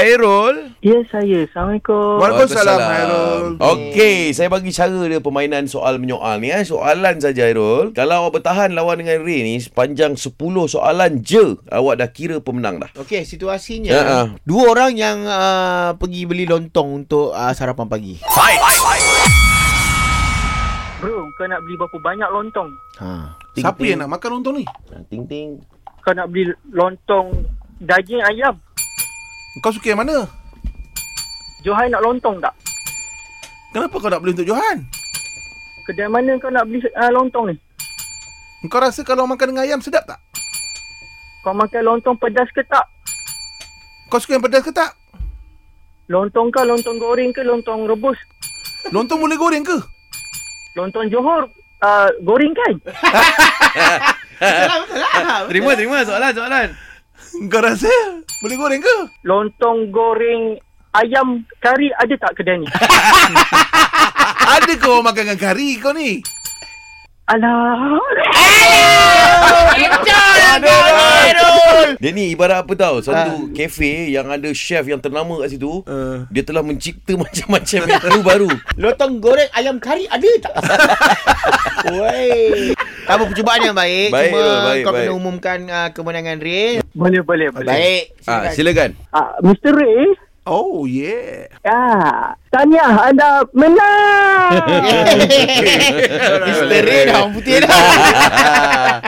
Hairul. Ya saya. Assalamualaikum. Waalaikumsalam Waalaikumsalam. Hairul. Okey, saya bagi cara dia permainan soal menyoal ni eh. Soalan saja Hairul. Kalau awak bertahan lawan dengan Ray ni sepanjang 10 soalan je, awak dah kira pemenang dah. Okey, situasinya Ya, ah. dua orang yang uh, pergi beli lontong untuk uh, sarapan pagi. Bro, kau nak beli berapa banyak lontong? Ha. Siapa yang nak makan lontong ni? Ah, Ting ting. Kau nak beli lontong daging ayam? Kau suka yang mana? Johan nak lontong tak? Kenapa kau nak beli untuk Johan? Kedai mana kau nak beli uh, lontong ni? Kau rasa kalau makan dengan ayam sedap tak? Kau makan lontong pedas ke tak? Kau suka yang pedas ke tak? Lontong ke lontong goreng ke lontong rebus? Lontong boleh goreng ke? Lontong Johor uh, goreng kan? Terima terima soalan soalan. Kau rasa boleh goreng ke? Lontong goreng ayam kari ada tak kedai ni? Ada kau makan dengan kari kau ni? Alah. Dia ni ibarat apa tahu? Satu kafe yang ada chef yang ternama kat situ. Uh. Dia telah mencipta macam-macam yang baru-baru. Lontong goreng ayam kari ada tak? Woi. Tak apa percubaan yang baik. Baik, Cuma Rul, baik, kau baik. kena umumkan uh, kemenangan Ray. Boleh, boleh, boleh. Baik. Ah, silakan. Ah, Mr. Ray, Oh yeah. ah, tahniah anda Ah. menang. Ah, Misteri dah orang putih dah.